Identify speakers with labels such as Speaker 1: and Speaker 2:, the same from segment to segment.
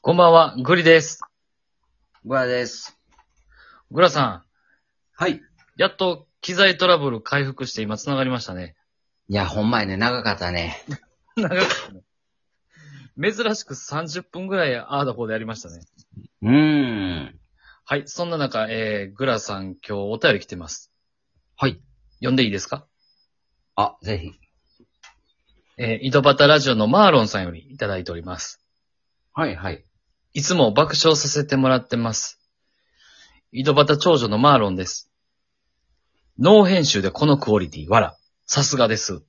Speaker 1: こんばんは、グリです。
Speaker 2: 小屋です。
Speaker 1: グラさ
Speaker 2: はい。
Speaker 1: ん、やっと機材トラブル回復して今繋がりましたね。
Speaker 2: いや、ほんまやね、長かったね。
Speaker 1: 長かったね珍しく30分ぐらいああだこうでやりましたね。
Speaker 2: うーん。
Speaker 1: はい、そんな中、えー、グラさん今日お便り来てます。
Speaker 2: はい。
Speaker 1: 読んでいいですか
Speaker 2: あ、ぜひ。
Speaker 1: えー、井戸端ラジオのマーロンさんよりいただいております。
Speaker 2: はい、はい。
Speaker 1: いつも爆笑させてもらってます。井戸端長女のマーロンです。ノー編集でこのクオリティ、わら。さすがです。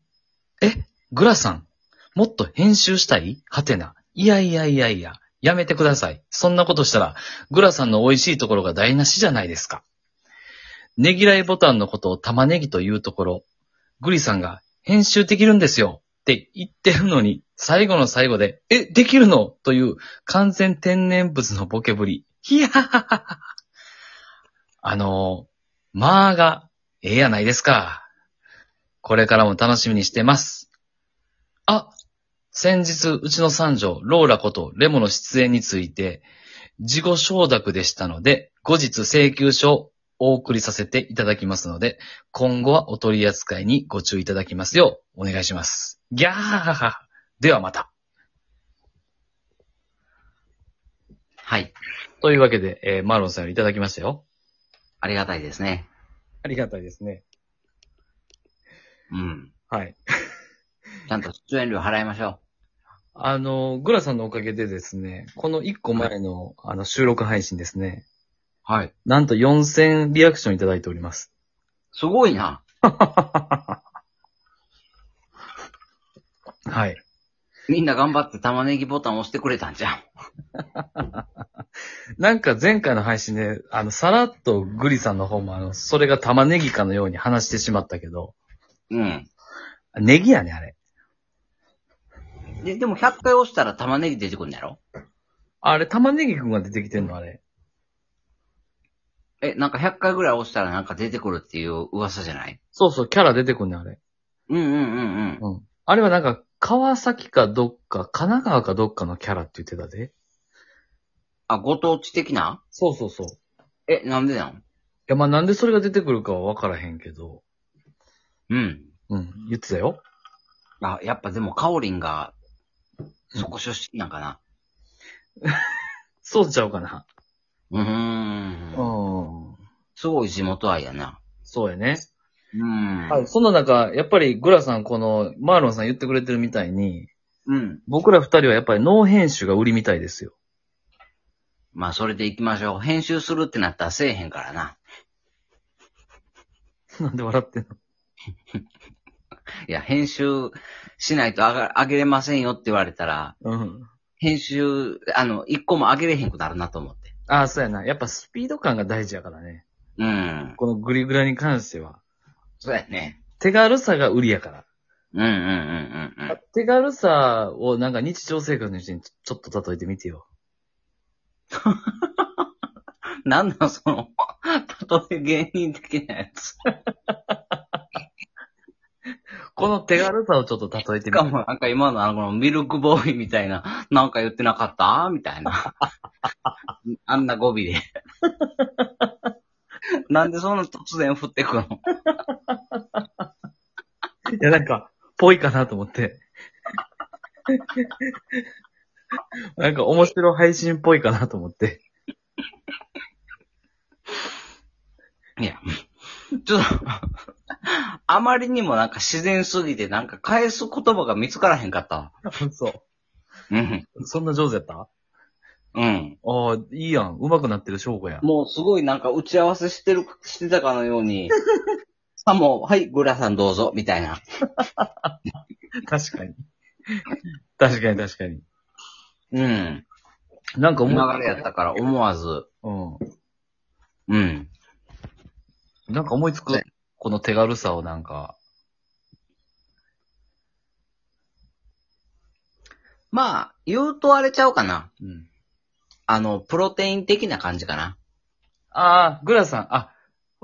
Speaker 1: え、グラさん、もっと編集したいはてな。いやいやいやいや、やめてください。そんなことしたら、グラさんの美味しいところが台無しじゃないですか。ねぎらいボタンのことを玉ねぎというところ、グリさんが編集できるんですよって言ってるのに、最後の最後で、え、できるのという完全天然物のボケぶり。ひやはははは。あのー、まあが、ええやないですか。これからも楽しみにしてます。あ、先日、うちの三女、ローラことレモの出演について、自己承諾でしたので、後日請求書をお送りさせていただきますので、今後はお取り扱いにご注意いただきますよう、お願いします。ギャーハハ。ではまた。
Speaker 2: はい。
Speaker 1: というわけで、えーマーロンさんよりいただきましたよ。
Speaker 2: ありがたいですね。
Speaker 1: ありがたいですね。
Speaker 2: うん。
Speaker 1: はい。
Speaker 2: ちゃんと出演料払いましょ
Speaker 1: あの、グラさんのおかげでですね、この1個前の,、あの収録配信ですね、
Speaker 2: う。はい。
Speaker 1: なんと4000リアクションいただいております。
Speaker 2: すごいな。
Speaker 1: はい。
Speaker 2: みんな頑張って玉ねぎボタン押してくれたんじゃん。
Speaker 1: なんか前回の配信で、あの、さらっとグリさんの方もあの、それが玉ねぎかのように話してしまったけど、
Speaker 2: うん。
Speaker 1: ネギやね、あれ。
Speaker 2: で、でも100回押したら玉ねぎ出てくるんだろ
Speaker 1: あれ、玉ねぎくんが出てきてんの、あれ。
Speaker 2: え、なんか100回ぐらい押したらなんか出てくるっていう噂じゃない
Speaker 1: そうそう、キャラ出てくんね、あれ。
Speaker 2: うんうんうんうん。
Speaker 1: うん。あれはなんか、川崎かどっか、神奈川かどっかのキャラって言ってたで。
Speaker 2: あ、ご当地的な
Speaker 1: そうそうそう。
Speaker 2: え、なんでなん
Speaker 1: いや、まあ、なんでそれが出てくるかは分からへんけど、
Speaker 2: うん。
Speaker 1: うん、言ってたよ。
Speaker 2: あ、やっぱでもカオリンが、そこ出身なんかな。
Speaker 1: そうちゃうかな。
Speaker 2: う
Speaker 1: う
Speaker 2: ーん。
Speaker 1: ん。
Speaker 2: すごい地元愛やな。
Speaker 1: そうやね。
Speaker 2: うん。
Speaker 1: はい。そんな中、やっぱりグラさん、この、マーロンさん言ってくれてるみたいに、
Speaker 2: うん。
Speaker 1: 僕ら二人はやっぱりノー編集が売りみたいですよ。
Speaker 2: まあ、それで行きましょう。編集するってなったらせえへんからな。
Speaker 1: なんで笑ってんの
Speaker 2: いや、編集しないと上が上げれませんよって言われたら、
Speaker 1: うん。
Speaker 2: 編集、あの、一個も上げれへんくなるなと思って。
Speaker 1: ああ、そうやな。やっぱスピード感が大事やからね。
Speaker 2: うん。
Speaker 1: このグリグラに関しては。
Speaker 2: そうやね。
Speaker 1: 手軽さが売りやから。
Speaker 2: うんうんうんうんうん。
Speaker 1: 手軽さをなんか日常生活のうちにちょちょっと例えてみてよ。
Speaker 2: なんなんその、例え芸人的なやつ。
Speaker 1: この手軽さをちょっと例えて
Speaker 2: し
Speaker 1: み
Speaker 2: か
Speaker 1: て。
Speaker 2: もなんか今のあの、このミルクボーイみたいな、なんか言ってなかったみたいな。 あんな語尾で。なんでそんな突然降ってくの
Speaker 1: いや、なんか、ぽいかなと思 って。なんか面白配信っぽいかなと思って。
Speaker 2: いや、ちょっと、あまりにもなんか自然すぎて、なんか返す言葉が見つからへんかったわ。
Speaker 1: そ
Speaker 2: うん。
Speaker 1: う。そんな上手やったあ
Speaker 2: うん。
Speaker 1: あ、いいやん。上手くなってる証拠や。
Speaker 2: もうすごいなんか打ち合わせしてる、してたかのように、さも、はい、グラさんどうぞ、みたいな。
Speaker 1: 確かに。確かに確かに。
Speaker 2: うん。
Speaker 1: なんか
Speaker 2: 流
Speaker 1: 思う
Speaker 2: れやったから思わず、
Speaker 1: う
Speaker 2: うん。
Speaker 1: ん。なんか思いつく
Speaker 2: ね。
Speaker 1: この手軽さをなんか。
Speaker 2: まあ、言うとあれちゃうかな。
Speaker 1: うん。
Speaker 2: あの、プロテイン的な感じかな。
Speaker 1: ああ、グラさん。あ、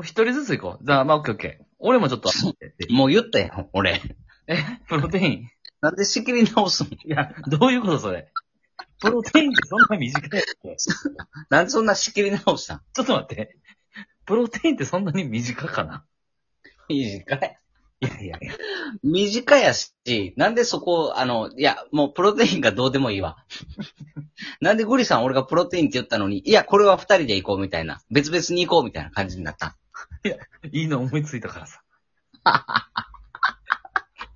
Speaker 1: 一人ずつ行こう。じゃあ、まあ、オッケーオッケー。俺もちょっ と。
Speaker 2: もう言ったよ、俺。
Speaker 1: え、プロテイン。
Speaker 2: なんで仕切り直すの
Speaker 1: いや、どういうことそれ。プロテインってそんな短いやつち
Speaker 2: なんでそんな仕切り直したん
Speaker 1: ょっと待って。プロテインってそんなに短かな
Speaker 2: 短い。
Speaker 1: いやいやいや。
Speaker 2: 短いやし、なんでそこ、あの、いや、もうプロテインがどうでもいいわ。 なんでグリさん俺がプロテインって言ったのに、いや、これは二人で行こうみたいな、別々に行こうみたいな感じになった。
Speaker 1: いいの思いついたから さ。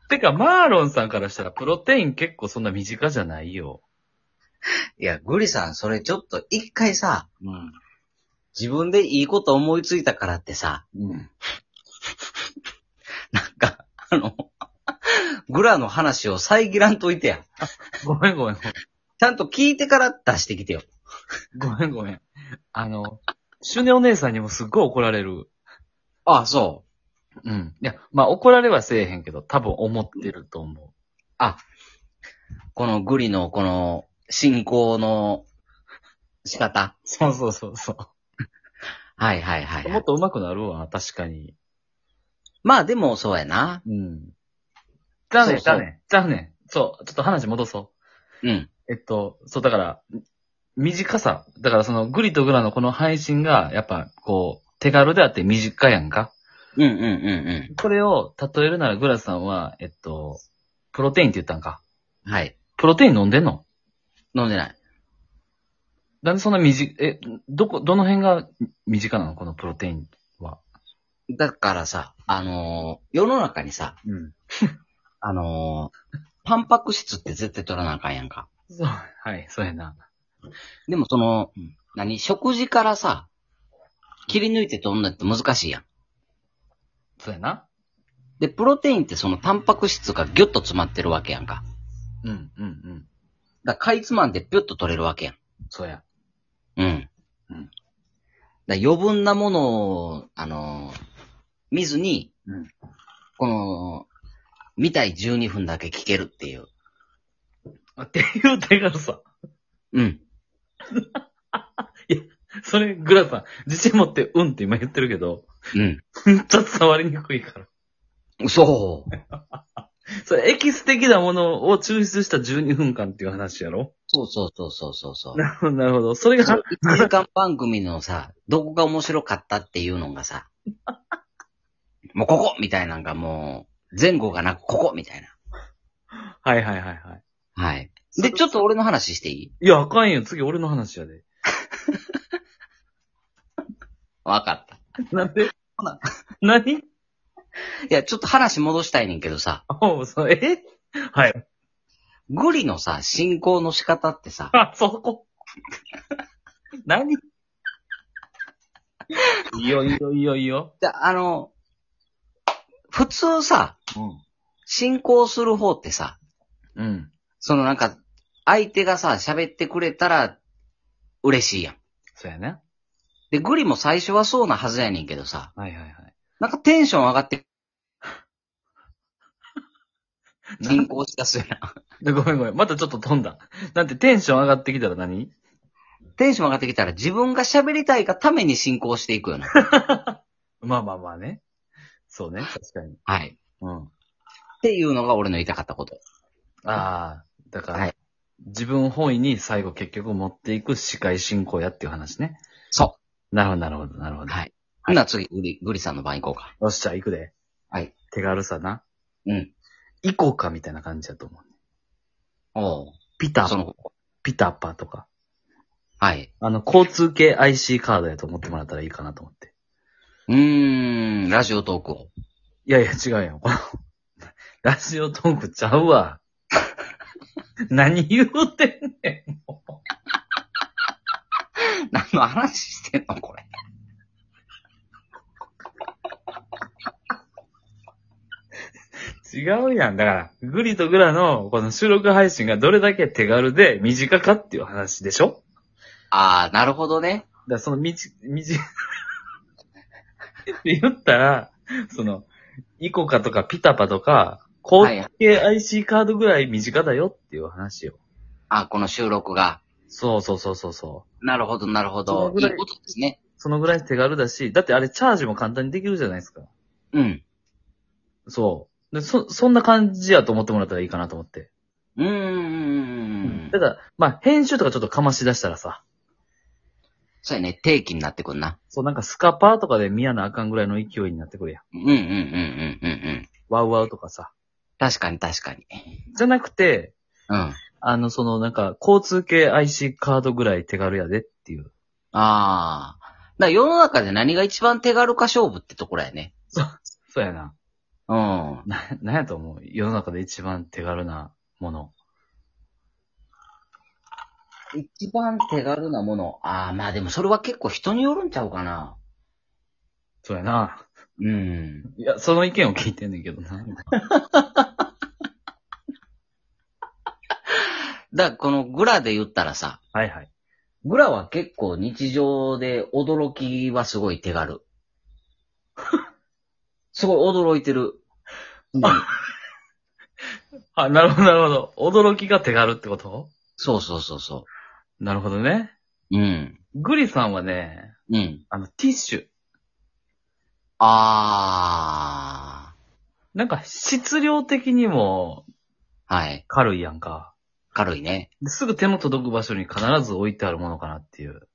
Speaker 1: てか、マーロンさんからしたらプロテイン結構そんな短じゃないよ。
Speaker 2: いや、グリさん、それちょっと一回さ、
Speaker 1: うん。
Speaker 2: 自分でいいこと思いついたからってさ、
Speaker 1: うん。
Speaker 2: なんか、あの、 グラの話を遮らんといてや。
Speaker 1: ごめんごめん。
Speaker 2: ちゃんと聞いてから出してきてよ。
Speaker 1: ごめんごめん。あの、シュネお姉さんにもすっごい怒られる。
Speaker 2: ああ、そう。
Speaker 1: うん。いや、まあ怒られはせえへんけど、多分思ってると思
Speaker 2: このグリのこの進行の仕方。
Speaker 1: う。そうそうそうそう。
Speaker 2: はいはいはい、
Speaker 1: もっと上手くなるわ、確かに。
Speaker 2: まあでもそうやな。
Speaker 1: うん。じゃあね、
Speaker 2: そうそう
Speaker 1: じゃあね、じゃあね。そう、ちょっと話戻そ
Speaker 2: うん。
Speaker 1: う。えっと、そう、だから、短さ。だからその、グリとグラのこの配信が、やっぱ、こう、手軽であって短いやんか。
Speaker 2: うんうんうん
Speaker 1: これを例えるならグラさんは、えっと、プロテインって言ったんか。
Speaker 2: うん。はい。
Speaker 1: プロテイン飲んでんの
Speaker 2: 飲んでない。
Speaker 1: なんでそんな短い、え、どこ、どの辺が身近なのこのプロテイン。
Speaker 2: だからさ、あのー世の中にさ、
Speaker 1: うん。
Speaker 2: あのータンパク質って絶対取らなあかんやんか。
Speaker 1: そう、はい、そうやな。
Speaker 2: でもその、
Speaker 1: うん
Speaker 2: 何、食事からさ、切り抜いて取るのって難しいやん。
Speaker 1: そうやな。
Speaker 2: で、プロテインってそのタンパク質がギュッと詰まってるわけやんか。
Speaker 1: うん、うん、うん。
Speaker 2: だからかいつまんでピュッと取れるわけやん。
Speaker 1: そうや。
Speaker 2: うん。
Speaker 1: うん
Speaker 2: だから余分なものを、あのー見ずに、
Speaker 1: うん
Speaker 2: この、見たい12分だけ聞けるっていう。
Speaker 1: っていう手軽さ。
Speaker 2: うん。
Speaker 1: それ、グラさん、自信持って、うんって今言ってるけど、
Speaker 2: う
Speaker 1: ちょっと触りにくいから。
Speaker 2: ん。そう。
Speaker 1: それ、エキス的なものを抽出した12分間っていう話やろ
Speaker 2: そうそうそうそうそうそ う。
Speaker 1: なるほど、なるほど。それ
Speaker 2: そう
Speaker 1: が、
Speaker 2: 1時間番組のさ、どこが面白かったっていうの がさ、もうここみたいなんがもう、前後がなくここみたいな。
Speaker 1: はいはいはいはい。
Speaker 2: はい。で、ちょっと俺の話していい
Speaker 1: いや、あかんよ。次、俺の話やで。
Speaker 2: わかった。
Speaker 1: なんで 何
Speaker 2: いや、ちょっと話戻したいねんけどさ、
Speaker 1: おう、そう、えはい。
Speaker 2: グリのさ、進行の仕方ってさ、
Speaker 1: あ、そこ。何いいよ、いいよ、いいよ、いいよ。
Speaker 2: で、あの、普通さ、
Speaker 1: う
Speaker 2: 進行する方ってさ、
Speaker 1: ん。うん。
Speaker 2: そのなんか、相手がさ、喋ってくれたら、嬉しいやん。
Speaker 1: そうやね。
Speaker 2: で、グリも最初はそうなはずやねんけどさ、
Speaker 1: はいはいはい。
Speaker 2: なんかテンション上が って、
Speaker 1: なん
Speaker 2: 進行しだすよな。
Speaker 1: ごめんごめん。またちょっと飛んだ。なんてテンション上がってきたら何
Speaker 2: テンション上がってきたら自分が喋りたいがために進行していくよな。
Speaker 1: まあまあまあね。そうね。確かに。
Speaker 2: はい。
Speaker 1: うん。
Speaker 2: っていうのが俺の言いたかったこと。
Speaker 1: ああ、だから、
Speaker 2: はい
Speaker 1: 自分本位に最後結局持っていく司会進行やっていう話ね。
Speaker 2: そ
Speaker 1: なるほど、なるほど、なるほ
Speaker 2: う。
Speaker 1: ど。
Speaker 2: はい。ほな次、グリ、グリさんの番行こうか。
Speaker 1: よっしゃ、行くで。
Speaker 2: はい。
Speaker 1: 手軽さな。
Speaker 2: うん。
Speaker 1: 行こうかみたいな感じだと思う。
Speaker 2: おう。
Speaker 1: ピタ
Speaker 2: そ、の、
Speaker 1: ピタパとか。
Speaker 2: はい。
Speaker 1: あの、交通系 IC カードやと思ってもらったらいいかなと思って。
Speaker 2: うーん、ラジオトークを。
Speaker 1: いやいや、違うよ。このラジオトークちゃう わ。何言うてんねん。
Speaker 2: 何の話してんのこれ。
Speaker 1: 違うやん。だから、グリとグラのこの収録配信がどれだけ手軽で短かっていう話でしょ
Speaker 2: ああ、なるほどね。
Speaker 1: だからその、みち、みち、 って言ったら、その、イコカとかピタパとか、公
Speaker 2: はい
Speaker 1: 系 IC カードぐらい身近だよっていう話よ。
Speaker 2: あこの収録が。
Speaker 1: そうそうそうそうそう。
Speaker 2: なるほど、なるほ
Speaker 1: その
Speaker 2: ど。
Speaker 1: ぐ
Speaker 2: い
Speaker 1: らい
Speaker 2: いことですね。
Speaker 1: そのぐらい手軽だし、だってあれチャージも簡単にできるじゃないですか。
Speaker 2: うん。
Speaker 1: そう。で、そ、そんな感じやと思ってもらったらいいかなと思って。
Speaker 2: うーん
Speaker 1: た。だ、まあ、編集とかちょっとかまし出したらさ、
Speaker 2: そうやね、定期になってくんな。
Speaker 1: そうなんかスカパーとかで見やなあかんぐらいの勢いになってくるやん。
Speaker 2: うんうんうんうんうんうん。
Speaker 1: ワウワウとかさ。
Speaker 2: 確かに確かに。
Speaker 1: じゃなくて、
Speaker 2: うん。
Speaker 1: あの、そのなんか、交通系 IC カードぐらい手軽やでっていう。
Speaker 2: ああ。だから世の中で何が一番手軽か勝負ってところやね。
Speaker 1: そうやな。
Speaker 2: うん。
Speaker 1: な、なんやと思う世の中で一番手軽なもの。
Speaker 2: 一番手軽なもの。ああ、まあでもそれは結構人によるんちゃうかな。
Speaker 1: そうやな。
Speaker 2: うん。
Speaker 1: いや、その意見を聞いてんねんけどな。
Speaker 2: だからこのグラで言ったらさ、
Speaker 1: はいはい。
Speaker 2: グラは結構日常で驚きはすごい手軽。 すごい驚いてる。うん、
Speaker 1: あ、なるほど、なるほど。驚きが手軽ってこと
Speaker 2: そうそうそうそ
Speaker 1: なるほどね。
Speaker 2: う。うん。
Speaker 1: グリさんはね、
Speaker 2: うん。
Speaker 1: あの、ティッシュ。
Speaker 2: あ
Speaker 1: なんか、質量的にも
Speaker 2: あ。はい。
Speaker 1: 軽いやんか。
Speaker 2: 軽いね。
Speaker 1: ですぐ手の届く場所に必ず置いてあるものかなっていう。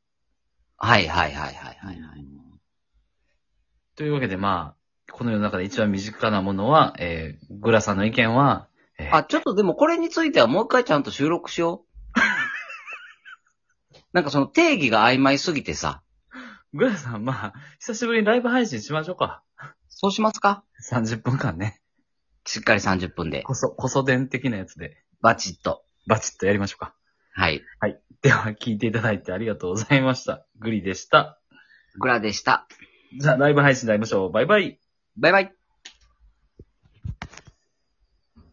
Speaker 2: はいはいはいはいはい。はい
Speaker 1: というわけで、まあ、この世の中で一番身近なものは、えー、グラさんの意見は、えー
Speaker 2: あ、ちょっとでもこれについてはもう一回ちゃんと収録しよう。 なんかその定義が曖昧すぎてさ。
Speaker 1: グラさん、まあ、久しぶりにライブ配信しましょうか。
Speaker 2: そうしますか
Speaker 1: 30分間ね。
Speaker 2: しっかり30分で。
Speaker 1: こそ、こそ伝的なやつで、
Speaker 2: バチッと。
Speaker 1: バチッとやりましょうか。
Speaker 2: はい。
Speaker 1: では、聞いていただいてありがとうございました。グリでした。
Speaker 2: グラでした。
Speaker 1: じゃあ、ライブ配信で会いましょう。バイバイ。
Speaker 2: バイバイ。